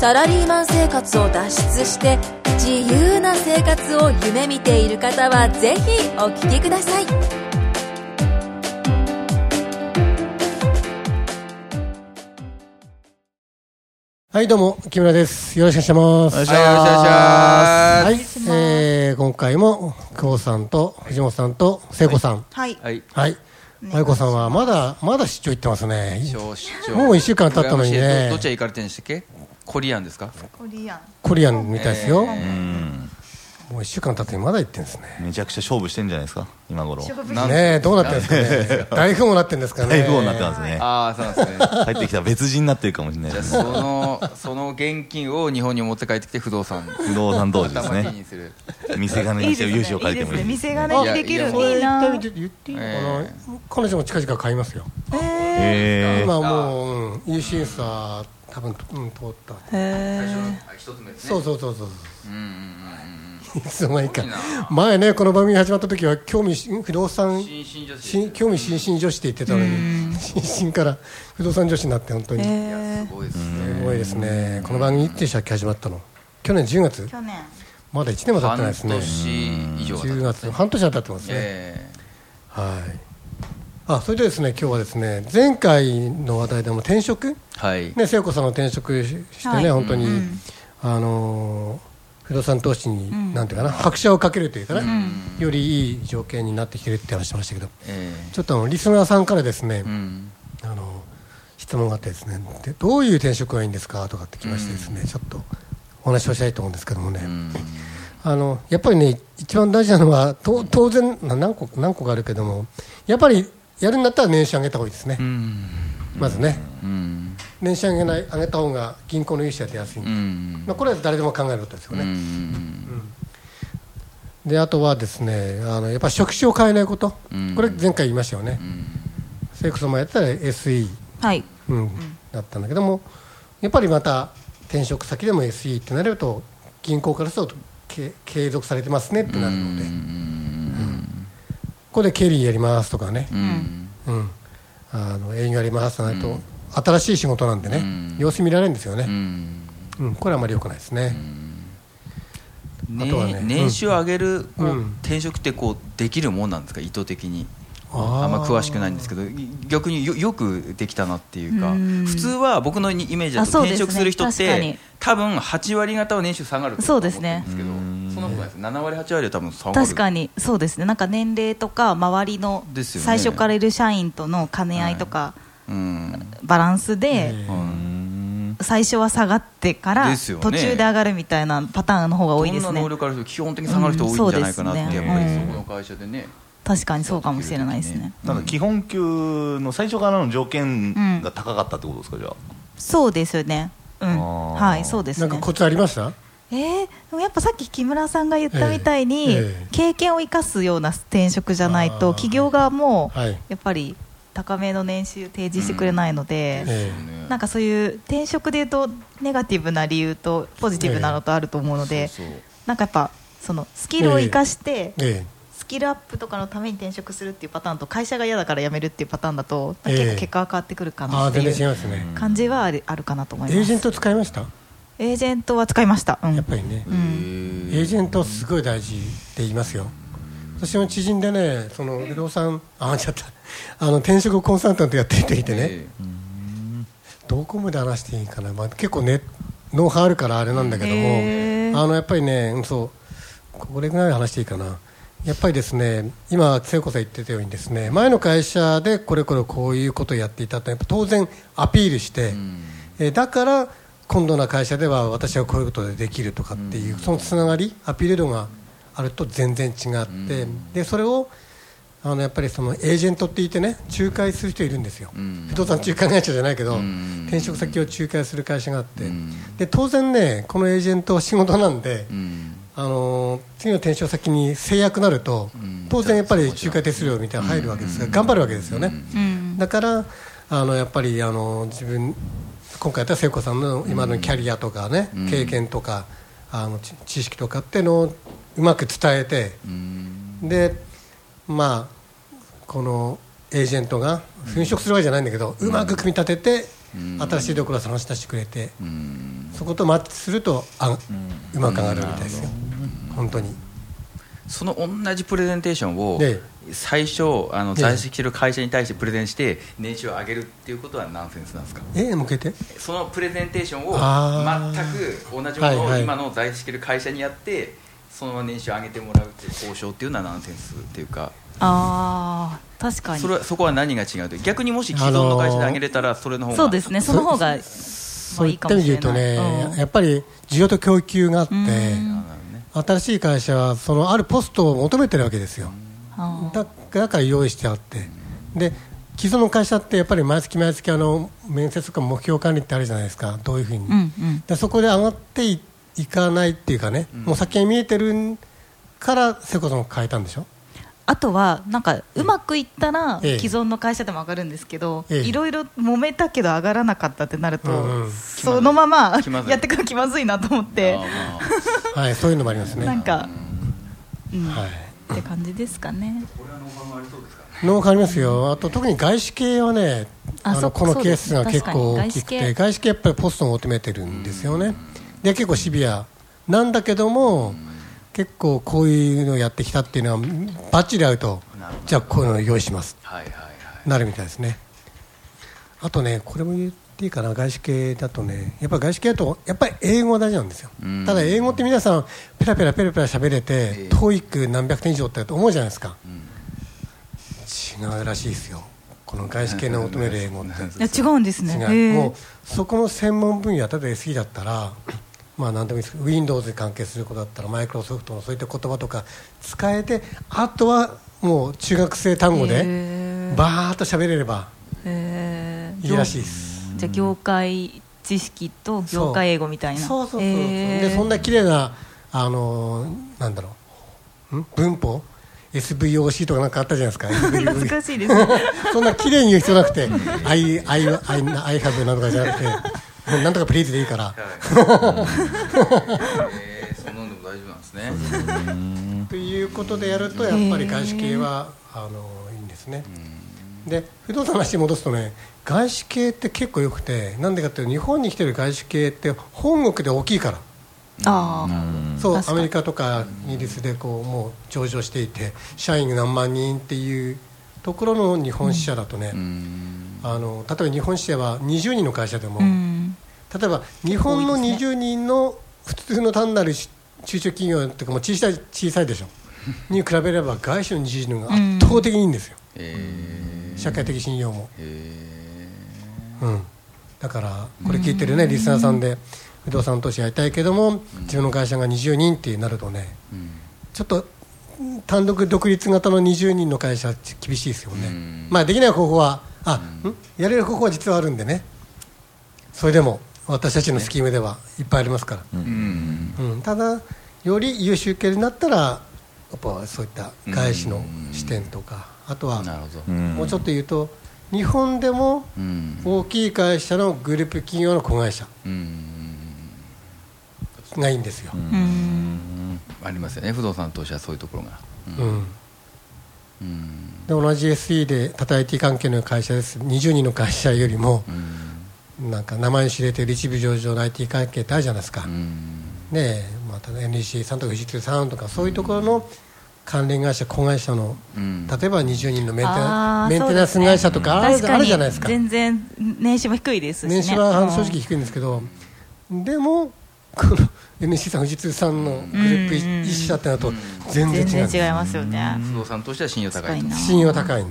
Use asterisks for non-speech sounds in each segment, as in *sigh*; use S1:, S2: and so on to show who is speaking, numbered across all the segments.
S1: サラリーマン生活を脱出して自由な生活を夢見ている方はぜひお聞きください
S2: はい、どうも、木村です。よろしくお願いします。
S3: よろしくお願いします
S2: はい、えー、今回も、久保さんと、藤本さんと、聖子さん。
S4: はい。
S3: はい。
S2: はい。まゆこさんは、まだ、まだ出張行ってますね。
S3: 少子長
S2: もう一週間経ったのにね
S3: 羨ましいどどっちへ行かれてるんでしたっけ？コリアンですか？
S4: コリアン。
S2: コリアンみたいですよ。
S5: うん
S2: もう一週間経ってまだ行ってんですね。
S5: めちゃくちゃ勝負してんじゃないですか今頃
S4: 勝負
S3: なん
S2: ねえ、どうなってんです *laughs* かね。大富豪になってんですかね。
S5: 大富豪になってますね
S3: ああ、そうなんですね。
S5: 入ってきたら別人になってるかもしれない
S3: じゃ
S5: で
S3: あ
S5: すね
S3: そのその現金を日本に持って帰ってきて不動産
S5: 不動産投資です
S3: 頭金に
S5: ね
S3: する。
S5: 店金
S4: い
S5: に
S4: い
S5: して
S4: です
S5: 融資を
S4: ね。
S5: 借
S4: いい
S5: り
S4: です
S5: てもいい
S4: ね。
S5: です
S4: 店
S5: ね
S4: がねできる
S2: こ
S4: いい
S2: れ
S4: な。
S2: 言った言っていいのかな、
S3: え
S2: 彼女も近々買いますよ。
S5: え
S2: 今もう、うん、EC さ、多分、うん、通った。
S3: 最初のあ一つ目ですね。
S2: そうそうそうそう。
S3: うんうん
S2: いつの間にか
S3: すごいな
S2: 前ねこの番組始まった時は興味し不動
S3: う
S2: 産
S3: ん。新進女子。
S2: し興味津々女子って言ってたのに新々から不動産女子になって本当に
S3: いやすごいですね。
S2: すごいですねこの番組いつでしたっけ始まったの去年10月
S4: 去年。
S2: まだ1年も経ってない
S3: 半
S2: ですね
S3: 年以上は経って
S2: 10
S3: ます。
S2: 月半年は経ってますね
S3: え
S2: はいあそれでですね今日はですね前回の話題でも転職
S3: えはい。
S2: ね聖子さんが転職ししてね、
S4: はい
S2: 本当に、
S4: うん
S2: あのー不動産投資に、
S4: ん
S2: なんていうかな拍車をかけるというかね、よりいい条件になってきてるって話してましたけど
S3: え
S2: ちょっとあのリスナーさんからですね、
S3: えうん。
S2: あの質問があってですねでどういう転職がいいんですかとかってきましてですね、ちょっとお話をしたいと思うんですけどもね、
S3: うん。
S2: あのやっぱりね一番大事なのはと当然な何個何個かあるけどもやっぱりやるんだったら年収上げた方がいいですね、
S3: うん。
S2: まずね、
S3: うん。
S2: 年収上げない上げた方が銀行の融資は出やすいんで、
S3: うん。
S2: まあ、これは誰でも考えることですよ
S3: う
S2: ね、
S3: ん。
S2: であとはですねあのやっぱ職種を変えないこと、
S3: うん
S2: これ前回言いましたよね
S3: うん。
S2: 聖子さんもやってたら SE、
S4: はい。
S2: うんだったんだけどもやっぱりまた転職先でも SE ってなれると銀行からするとけ継続されてますねってなるので、ここで経理やりますとかね、
S3: うん。
S2: うん、あの営業やりますとなると、新しい仕事なんでね、
S3: うん
S2: 様子見られるんですよ
S3: う
S2: ね、
S3: ん。
S2: うんこれはあまり良くないですね、
S3: ね
S2: あとはね
S3: 年収上げる、こう
S2: うん
S3: 転職ってこうできるもんなんですか意図的に
S2: あー
S3: あんま詳しくないんですけどい逆によよくできたなっていうか
S4: うん
S3: 普通は僕のイメージだ
S4: あ
S3: と
S4: そうで
S3: 転
S4: すね
S3: 職する人って、
S4: 確かに
S3: 多分8割方は年収下がると
S4: そうですね
S3: 思ってるんですけどそんなことないです7割8割は多分下がる
S4: 確かにそうですね。なんか年齢とか周りの
S3: ですよね
S4: 最初からいる社員との兼ね合いとか
S3: うん、
S4: バランスで
S2: え
S5: うん
S4: 最初は下がってから
S3: ですよね
S4: 途中で上がるみたいなパターンの方が多いで
S3: そ
S4: す
S3: んな
S4: ね
S3: 能。力ある人基本的に下がる人多いんじゃないかなって、
S4: うんそうです
S3: やっ
S4: ね
S3: ぱり
S4: う
S3: そ
S4: ん
S3: この会社でね、
S4: 確かにそうかもしれないですね。
S5: なんか基本給の最初からの条件が高かったってことですかじゃあ
S4: そうですよね。う
S5: あ
S4: ん。
S5: ー
S4: はい、そうです
S2: な
S4: ね。
S2: んかコツありました
S4: えー、でもやっぱさっき木村さんが言ったみたいに、
S2: ええええ
S4: 経験を生かすような転職じゃない
S2: あー
S4: と企業側も
S2: はい
S4: やっぱり高めの年収提示してくれないので、
S2: え
S3: ね
S4: なんかそういう転職でいうとネガティブな理由とポジティブなのとあると思うので、
S3: そうそう
S4: なんかやっぱそのスキルを生かして、
S2: ええ
S4: スキルアップとかのために転職するっていうパターンと会社が嫌だから辞めるっていうパターンだと、
S2: ええ
S4: 結構結果は変わってくるか
S2: あ
S4: な
S2: あ
S4: って
S2: 全
S4: い
S2: 然違いうますね、
S4: 感じはあるあるかなと思い
S2: エー
S4: ま
S2: ジェ
S4: す
S2: ント使いました
S4: エージェントは使いました、うん
S2: やっぱりね、
S4: う
S3: え
S2: エ
S4: ん
S2: ー
S3: ー
S2: ジェントすごい大事って言いますよ私の知人でねその不動産あちゃったあの転職コンサルタントやってる人いてね
S3: え
S2: どこまで話していいかな、まあ、結構ねノウハウあるからあれなんだけども、
S4: へー
S2: あのやっぱりねうんそうこれぐらい話していいかなやっぱりですね今聖子さん言ってたようにですね前の会社でこれこれこういうことをやっていたとやっぱ当然アピールして、えーだから今度の会社では私はこういうことでできるとかっていう、そのつながりアピール度があると全然違って、でそれをあのやっぱりそのエージェントって言ってね仲介する人いるんですよ、
S3: ん
S2: 不動産仲介会社じゃないけど、
S3: ん
S2: 転職先を仲介する会社があって、
S3: ん
S2: で当然ねこのエージェントは仕事なんで、
S3: うん
S2: あのー次の転職先に制約になると、
S3: ん
S2: 当然やっぱり仲介手数料みたいなの入るわけですが、頑張るわけですよね。
S4: うん
S2: だからあのやっぱりあの自分今回やった聖子さんの今のキャリアとかね、
S3: うん
S2: 経験とかあの知知識とかっていうのをうまく伝えて、
S3: うん
S2: でまあこのエージェントが粉飾するわけじゃないんだけど、うまく組み立てて、
S3: うん
S2: 新しいところを探し出してくれて、
S3: うん
S2: そことマッチするとあ、うまく上がるみたいですよ、本当に。
S3: その同じプレゼンテーションを
S2: え
S3: 最初あの
S2: ええ
S3: 在籍してる会社に対してプレゼンして年収を上げるっていうことはナンセンスなんですか
S2: え向けて
S3: そのプレゼンテーション
S2: あ
S3: を全く同じも
S2: は
S3: の
S2: い
S3: を
S2: はい
S3: 今の在籍してる会社にやってそのまま年収を上げてもらうっていう交渉っていうのはナンセンスっていうか
S4: あー確かに
S3: それはそこは何が違うと逆にもし既存の会社で上げれたらそれの方が
S4: そうですねその方が
S2: そういった意味で言うとね、
S4: うん
S2: やっぱり需要と供給があって、
S4: うん
S3: あなるほどね
S2: 新しい会社はそのあるポストを求めてるわけですよ、
S4: あー
S2: だだから用意してあって、で既存の会社ってやっぱり毎月毎月あの面接とか目標管理ってあるじゃないですか、どういうふうに、
S4: うんうん
S2: でそこで上がっていいかないっていうかね、もう先に見えてるから、瀬古さんを変えたんでしょ、
S4: あとはなんかうまくいったら
S2: ええ
S4: 既存の会社でも上がるんですけど、
S2: ええ
S4: いろいろ揉めたけど上がらなかったってなると、
S2: うんうん
S4: そのまま
S3: 気まずい
S4: *laughs* やってくる気まずいなと思っ
S3: あ
S4: て
S3: ー、まあ
S2: はい、そういうのもありますね。
S4: なんか、うん
S2: はい
S4: って感じですかね。
S2: ノウハウありますよ、あと特に外資系はね、
S4: あ
S2: あ
S4: そ
S2: の
S4: っか
S2: このケースが
S4: そう
S2: 結
S4: です
S2: 構
S4: 確か
S2: 大
S4: に
S2: きく
S4: 外資
S2: て、
S4: 系
S2: 外資系やっぱりポストを求めてるんですよね、で結構シビアなんだけども、結構こういうのをやってきたっていうのは、バッチリ合うと
S3: なるほ、ど
S2: じゃあこういうのを用意します
S3: はいはいはい
S2: なるみたいですね。あとね、これも言っていいかな、外資系だとね、やっぱり外資系だと、やっぱり英語が大事なんですよ
S3: うん、
S2: ただ英語って皆さん、ペラペラペラペラ喋れ
S3: え
S2: て
S3: え、
S2: TOEIC 何百点以上って思うじゃないですか。
S3: うん
S2: 違うらしいですよこの外資系の求める英語って
S4: いや違うんですね。
S2: 違う
S4: へえ
S2: もうそこの専門分野例えば SE だったらまあ何でもいいですけど Windows に関係することだったらマイクロソフトのそういった言葉とか使えてあとはもう中学生単語
S4: へ
S2: で
S4: え
S2: バーっと喋れれば
S4: へえ
S2: いいらしいです
S4: じゃあ業界知識と業界英語みたいな。
S2: そうそうそうそう
S4: へえ
S2: でそんな綺麗なあのーなんだろうん文法 SVOC とかなんかあったじゃないですか
S4: *laughs* 懐か
S2: *laughs*
S4: しいですね。
S2: そんな綺麗に言う必要なくて、アイ、アイ、アイ、アイハブなんとかじゃなくて、もうなんとかプリーズでいいから。
S3: えーそんなのでも大丈夫なんですね
S2: ということでやると、やっぱり外資系は、あの、いいんですね。で、不動産の話に戻すとね、外資系って結構良くて、なんでかっていうと、日本に来てる外資系って、本国で大きいから。
S4: ああ、
S2: そう
S4: 確か
S2: ア
S4: に
S2: メリカとかイギリスでこうもう上場していて社員が何万人っていうところの日本支社だとね、
S3: うん
S2: あの例えば日本支社は20人の会社でも、
S4: うん。
S2: 例えば日本の
S4: 多いです
S2: 20人の普通の単なるし中小企業というかもう小さい小さいでしょに比べれば外資の20人が圧倒的にいいんですよ、
S3: えー
S2: 社会的信用も、
S3: え
S2: うん、だからこれ聞いてるねリスナーさんで不動産投資やりたいけども自分の会社が20人ってなるとね
S3: ーうん
S2: ちょっとうん単独独立型の20人の会社は厳しいですよね、
S3: うん
S2: まあ、できない方法はあ、んやれる方法は実はあるんでねそれでも私たちのスキームではいっぱいありますから。
S3: うん
S2: うん、ただより優秀系になったらやっぱそういった外資の視点とかあとは
S3: なるほど
S5: うん
S2: もうちょっと言うと日本でも
S3: うん
S2: 大きい会社のグループ企業の子会社
S3: うん
S2: がいいんですよ、
S4: うん。
S3: ありますよね不動産投資はそういうところが
S2: うん、
S3: うん
S2: で同じ SE でたた IT 関係の会社です20人の会社よりも
S3: うん
S2: なんか名前知れてる一部上場の IT 関係ってあるじゃないですか、
S3: うん
S2: ねえまた NEC さんとか富士通さんとかそういうところの関連会社子会社の
S3: うん
S2: 例えば20人のメンテ
S4: あ
S2: ナ
S4: ー
S2: メンテナンス会社とかある,、
S4: 確か
S2: ある
S4: に
S2: じゃないですか
S4: 全然年収も低いですしね。
S2: 年収はあの正
S4: うん
S2: 直低いんですけど、でもこの NC さん富士通さんのグループ
S4: うん
S2: 一社ってなると全然違うん
S4: 全
S2: です
S4: 然違いますよね。
S3: 不動産投資は信用高い
S4: 確かにな
S2: 信用高いの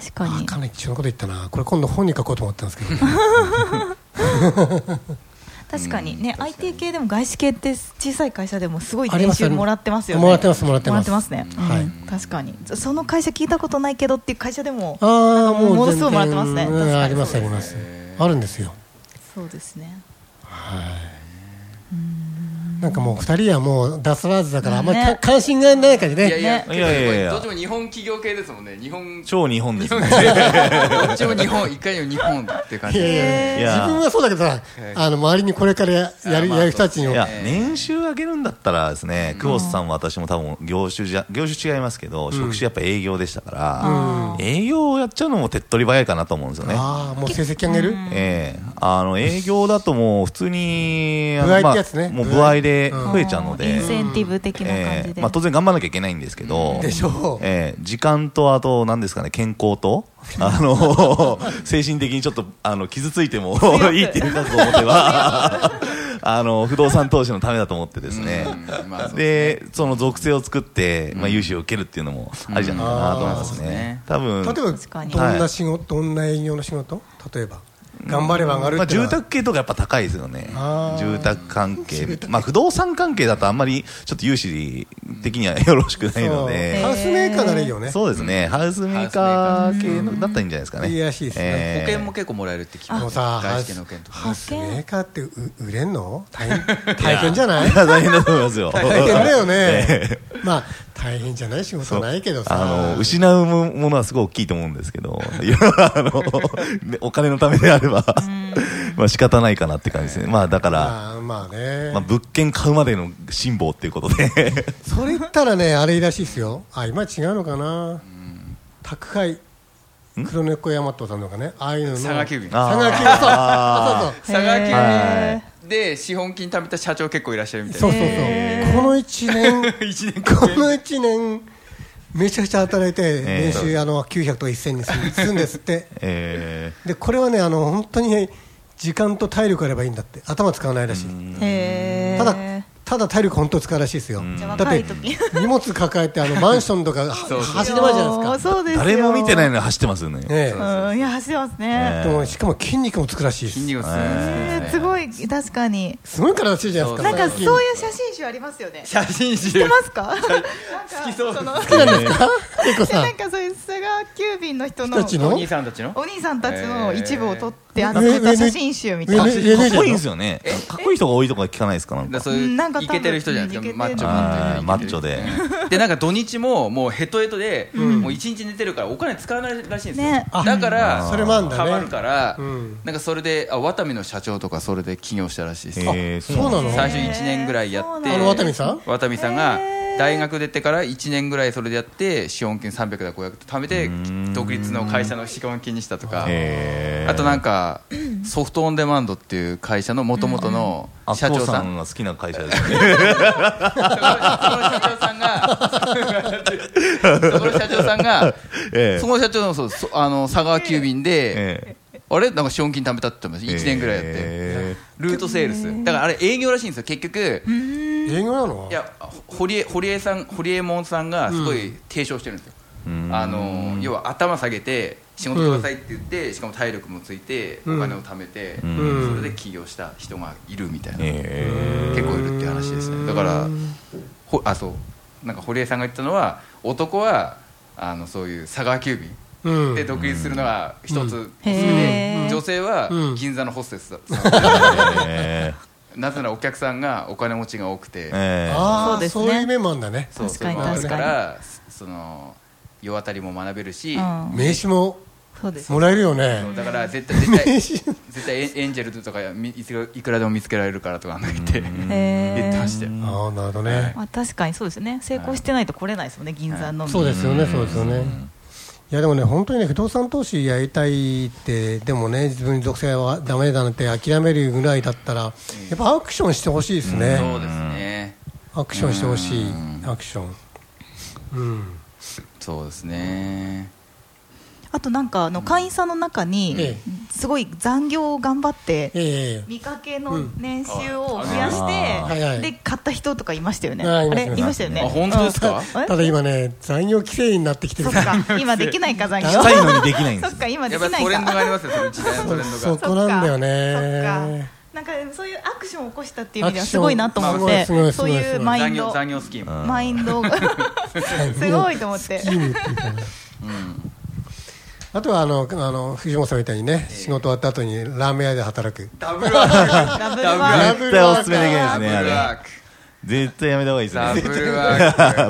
S4: 確か
S2: あ
S4: に。
S2: かなり貴重なこと言ったなこれ今度本に書こうと思ったんですけど
S4: 確かに
S3: うん
S4: ね、
S3: 確かに
S4: IT 系でも外資系って小さい会社でもすごい
S2: あり
S4: 年
S2: ます
S4: 収もらってますよね。
S2: もらってますもらって
S4: もら
S2: ま
S4: っ
S2: す
S4: てますね。
S2: はい
S4: うん確かに。その会社聞いたことないけどっていう会社でも、
S2: ああもう
S4: もの
S2: 全
S4: すご
S2: 然
S4: いもらってますね
S2: うん
S4: 確かに
S2: あります
S4: そ
S2: あ
S4: うで
S2: り
S4: す
S2: ますあるんですよ
S4: そうですね。
S2: はいなんかもう二人はもう脱ラーズだから、あんまり
S4: ね
S2: か関心がないから
S3: いやい
S2: ね。
S3: や、
S5: いやいやいや
S3: どっちも日本企業系ですもんね。日本。
S5: 超日本で
S3: 日
S5: す
S3: 本
S5: ね。
S3: 企業系どっちも日本、一回の日本って感
S2: い
S3: じ。
S2: やい
S3: い
S2: やい
S5: い
S2: や
S5: や
S2: 自分はそうだけどさ、あの周りにこれからややる
S3: あまあ
S2: やる人たちに
S5: い
S2: も
S5: や
S3: ええ
S5: 年収上げるんだったらですね、クオスさんも私も多分業種じゃ業種違いますけど、職種やっぱ営業でしたから、営業をやっちゃうのも手っ取り早いかなと思うんですよね。
S2: ああもう成績上げる、
S5: ええあの営業だともう普通に
S2: 歩合ってやつね
S5: まあもう
S2: 歩合
S5: 部合で増えちゃうの
S4: イ
S5: で
S4: ン、センティブ的な感
S5: え
S4: じ
S5: え
S4: で、
S5: まあ、当然頑張らなきゃいけないんですけど、
S2: でしょう
S5: ええ時間とあと何ですかね健康とあの精神的にちょっとあの傷ついてもいいっていう覚悟を持てば *laughs* あの不動産投資のためだと思ってですね、
S3: うんまあそう
S5: でその属性を作って、まあ、融資を受けるっていうのもありじゃないかなと思いますね。
S3: うんうん
S5: 多分
S2: 例え
S4: 確か
S2: ば
S4: に
S2: どんな仕事、どんな営業の仕事例えば頑張れば上がる
S5: まあ、
S2: っていうの
S5: 住
S2: は
S5: 宅系とかやっぱ高いですよね
S2: あー
S5: 住宅関係、まあ、不動産関係だとあんまりちょっと融資的にはよろしくないの
S2: そう
S5: で
S2: ハウスメーカーならいいよね、
S5: そうですねハウスメーカー系のだったらいいんじゃないですかね
S2: いいらしいですね
S5: えー
S3: 保険も結構もらえるって聞き
S2: あも
S3: ま
S2: う
S3: す。
S2: さ
S3: 外資系の保険と
S2: ハ
S3: か
S2: ウ。スメーカーってう売れんの大変大変じゃ
S5: *laughs*
S2: ない
S5: いや *laughs* 大変だと思います
S2: *laughs*
S5: よ
S2: 大変だよ
S5: え
S2: ね、まあ大変じゃない仕事はないけどさ
S5: あの失うもものはすごい大きいと思うんですけど、いやあのねお金のためであれば、まあ仕方ないかなって感じですね、まあ、だから、
S2: まあまあね、
S5: まあ、物件買うまでの辛抱っていうことで、
S2: それ言ったらねあれらしいですよあ今違うのかな宅配黒猫ヤマトさんとかねああいうのの
S3: 佐賀急便。
S5: あ
S3: 佐
S5: ー
S2: 佐賀急便そうあそうそう
S3: 賀
S5: は
S3: 急便で資本金貯めた社長結構いらっしゃるみたい
S2: そう
S3: な。
S2: そうそう、この1年、
S3: *laughs* 一年
S2: この1年、めちゃくちゃ働いて、
S5: え
S2: 年収あの900とか1000にするんですって、
S5: えー
S2: でこれはねあの、本当にね時間と体力あればいいんだって、頭使わないらしい、
S4: へー
S2: ただ、ただ体力、本当使うらしいですよ、
S4: じゃあ
S2: だっ
S4: 若
S2: て
S4: い時
S2: 荷物抱えて、
S3: *laughs*
S2: あのマンションとかは
S3: そうそう
S2: 走り回るじゃないですか。
S4: そうですよ
S5: 誰も見てないのに走ってますよね。
S2: ね
S4: うんいや走ってますね、
S2: えでもしかも筋肉もつくらしいで
S3: 筋
S2: す
S3: 肉が
S4: えーすごい確かに
S2: すごい体してるじゃないですか
S4: なんかそう
S2: う
S4: いう写真集ありますよね知っ
S3: 写真集。
S4: てますか
S3: 好きそうです。
S2: 好きなんですか結構
S4: でな
S2: さ
S4: んかそういう佐川急便の人の
S2: 人たち
S3: お
S2: の
S3: 兄さんたちの
S4: お兄さんたちの一部を撮って集め
S2: え
S4: た
S2: え
S4: 写真集みたい
S2: え
S4: な
S2: え
S5: か
S2: え
S5: っ
S2: えええ
S5: こいいんですよね。かっこいい人が多いとか聞かないですかなん
S3: だからそ
S5: か。
S3: ういう
S4: なんか多
S3: イ
S4: 分
S3: ケてる人じゃないですかマッチョ
S5: あーマ
S3: マ
S5: ッチョで。
S3: でなんか土日ももうヘトヘトで、もう一日寝てるからお金使わないらしいんですよ、
S4: ね
S3: だから
S5: あ
S2: それもあんだね
S3: ハマるから、
S2: うん
S3: なんかそれであワタミの社長とかそれで起業したらしいです、
S5: えー
S2: そうなの
S3: 最初1年ぐらいやって
S4: へー
S2: あの渡見さん
S3: ワタミさんが大学出てから1年ぐらいそれでやって資本金300だ500と貯めて独立の会社の資本金にしたとか、
S5: えー
S3: あとなんか *clears throat* ソフトオンデマンドっていう会社のもともとの
S5: あ
S3: 社長
S5: 父
S3: さん、
S5: が好きな会社です
S3: *laughs*
S5: ね。
S3: そこの社長さんが、そこの社長さんが、
S5: *laughs* ええ
S3: そこの社長のそうそあの佐川急便で、
S5: え
S3: あれなんか資本金貯めたって言ってました、1年ぐらいやって、
S5: え
S3: ルートセールス、だからあれ、営業らしいんですよ、結局、
S2: 英語なの
S3: いや堀江堀江さん、堀江門さんがすごい提唱してるんですよ、あの要は頭下げて、仕事くださいって言って、しかも体力もついて、お金を貯めて、
S2: ん
S3: それで起業した人がいるみたいな。
S5: え
S3: 結構いるっていう話ですねだからほあそうなんか堀江さんが言ったのは男はあのそういう佐川急便
S2: うん
S3: で独立するのが一つおすすめ
S4: うんへ
S3: で
S4: ー
S3: 女性は
S2: うん
S3: 銀座のホステスだ、
S5: *laughs* え
S3: なぜならお客さんがお金持ちが多くて、
S5: え
S2: あ
S4: そう
S2: あ
S4: です
S2: そう
S4: ね
S2: いう面もあるんだね
S3: そう
S4: 確かに
S3: そういうのがある
S4: 確か
S3: か
S4: に
S3: らその世渡りも学べるし、
S4: うん
S2: 名刺も
S4: そうです
S2: もらえるよね
S3: だから絶対絶対
S2: 名刺
S3: 絶対エンエンジェルとかみいついくらでも見つけられるからとか言って
S4: へー
S3: 言ってましたよ
S2: ああなるほどね
S4: まあ確かにそうですよね成功してないと来れないですもんね銀座のみ
S2: そうですよねそうですよねいやでもね本当にね不動産投資やりたいってでもね自分に属性はダメだなんて諦めるぐらいだったらやっぱアクションしてほしいですね
S3: そうですね
S2: アクションしてほしいアクションうん
S3: そうですね
S4: あとなんかあの会員さんの中
S2: え
S4: に
S2: え
S4: すごい残業を頑張って
S2: ええ
S4: 見かけの年収を増や
S2: うんはいはい
S4: してで買った人とかいましたよね
S2: あ
S4: あ
S2: います
S4: れいましたよね
S3: あ本当ですか
S4: うんあれ
S2: ただ今ね残業規制になってきて
S4: そ
S2: るか
S4: っ
S2: ら *laughs*
S4: か今できないか残業
S5: したいのにできないんで
S4: そ
S5: す
S4: っ
S5: よ。
S4: か今で
S3: やっぱ
S4: きな
S3: り
S4: い
S3: トレンドが
S4: か
S3: ありますよ、その時代のトレンド
S2: そ
S3: が。
S2: こなんだよ
S4: そっ
S2: ね
S4: かなんかそういうアクションを起こしたっていう意味ではすごいなと思っ
S2: アク
S4: て
S2: ションす
S4: そ
S2: ご
S4: う
S2: いすごいすごい
S4: いうマイ
S3: 残
S4: ン
S3: 業
S4: ド
S3: 残業スキーム。
S4: マインドがすごいと思って
S2: チームっていうかあとはあのあの藤本さんみたいにね、仕事終わった後にラーメン屋で働く
S3: ダブルワーク。
S4: ダブルワーク
S5: 絶対おすすめできないですね、あれ。
S3: ク。
S5: 絶対やめた方がいいです
S3: ダブ
S5: ね。
S3: ルワーク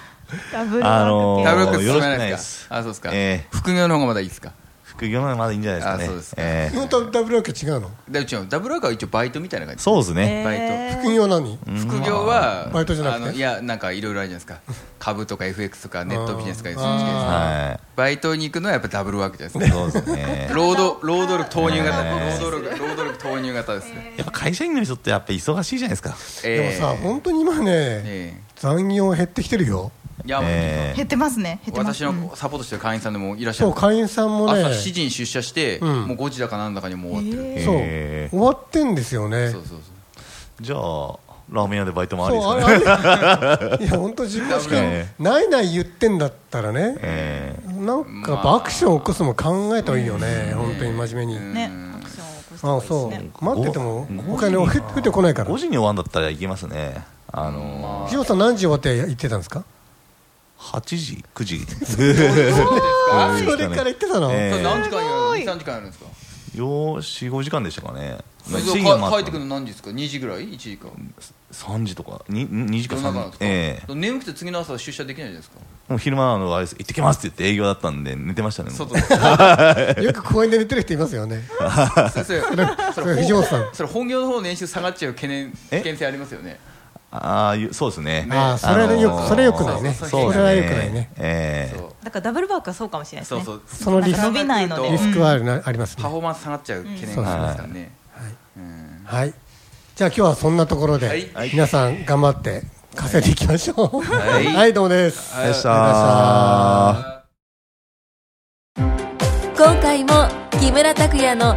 S5: *laughs* あの、
S4: ダブル
S5: あの
S3: ダブルワーク
S5: よ
S3: 進め
S5: ろしく
S3: な
S5: ないい
S3: で
S5: ですす
S3: かあそうですか、
S5: え
S3: 副業の方がまだいいですか
S5: 副業ならまだいいんじゃないですかね。
S3: あそうですか
S5: え
S2: 基
S5: え
S2: 本とダブルワーク違うの
S3: でうちのダブルワークは一応バイトみたいな感じ
S5: そうですね。
S3: バイト
S2: 副業何、
S3: 副業は、
S2: バイトじゃなくて
S3: あのいやなんかいろいろあるじゃないですか株とか FX とかネットビジネスとか
S2: あー
S3: そういう時期です
S2: あ
S5: は
S3: バイトに行くのはやっぱダブルワークじゃない
S5: い。
S3: ですか
S5: そうですね。
S3: 労働労働力投入型
S5: ね
S3: 労働力労働力投入型ですね
S5: やっぱ会社員の人ってやっぱ忙しいじゃないですか。
S2: でもさ、本当に今ね、
S3: ええ
S2: 残業減ってきてるよ、
S3: いや、
S5: え
S4: 減ってますね減ってま
S3: 私
S4: す
S3: のサポートしてる会員さんでもいらっしゃ
S2: そ
S3: る
S2: う会員さんもね、
S3: 朝7時に出社して、
S2: うん
S3: もう5時だかなんだかにもう終わってる、
S4: えー
S2: そう、
S5: へー
S2: 終わってんですよね、
S3: そうそうそう
S5: じゃあ、ラーメン屋でバイトもありです
S2: そう
S5: かね。
S2: あれあ *laughs* れいや本当自己しか
S5: え
S2: ないない言ってんだったらね、
S5: ええ
S2: なんかやっ
S3: まあ
S2: ぱアクションを起こすのも考えた方がいいよね、本当に真面目に、
S4: ねアクションを起こした
S2: ああ
S4: 方がいいです
S2: そう
S4: ね
S2: 待ってても
S5: ご
S2: お金を減ってこないから
S5: 5時に終わんだったら行けますね。あの
S2: 藤本さん何時終わって行ってたん
S3: *laughs*
S2: ですか
S5: 8時、9時。 *laughs*
S2: それから行ってたの、
S5: ええ
S3: それ何時間やるの
S4: すごい
S3: 2 3時間やるんですか
S5: よう4、5時間でしたかね。
S3: それで
S5: 深夜もあ
S3: か
S5: っ
S3: 帰
S5: た
S3: ってくるの何時ですか2時ぐらい1時か
S5: 3時とか、に2時か
S3: 夜中なん
S5: 3
S3: です
S5: 時。
S3: か、
S5: ええ
S3: 眠くて次の朝は出社できないじゃないですか
S5: もう昼間あのあれです行ってきますって言って営業だったんで寝てましたね。もう
S3: 外でそ
S2: よく公園で寝てる人いますよね、
S3: れそれそ
S2: そ
S3: れ
S2: れ藤本さん、
S3: それ本業の方の年収下がっちゃう懸念危
S5: え
S3: 険性ありますよね
S5: ああいうそうですね。
S2: ああそれはよくそれはよくないね
S5: そう
S2: それはよくないね。
S5: え
S3: そう
S5: え
S4: だからダブルワークはそうかもしれないです
S3: そう
S4: ね
S3: そう
S2: そのリスク
S4: なんか伸びないので
S3: そう
S2: リスクはあるなありますね
S3: パフォーマンス下がっちゃう懸念がありますからね、うん
S2: はい。じゃあ今日はそんなところで、
S3: はい
S2: 皆さん頑張って稼いでいきましょう。
S3: はい
S2: はい、どうもです。
S5: でし
S2: ありがとうございました
S5: た。
S1: 今回も木村拓哉の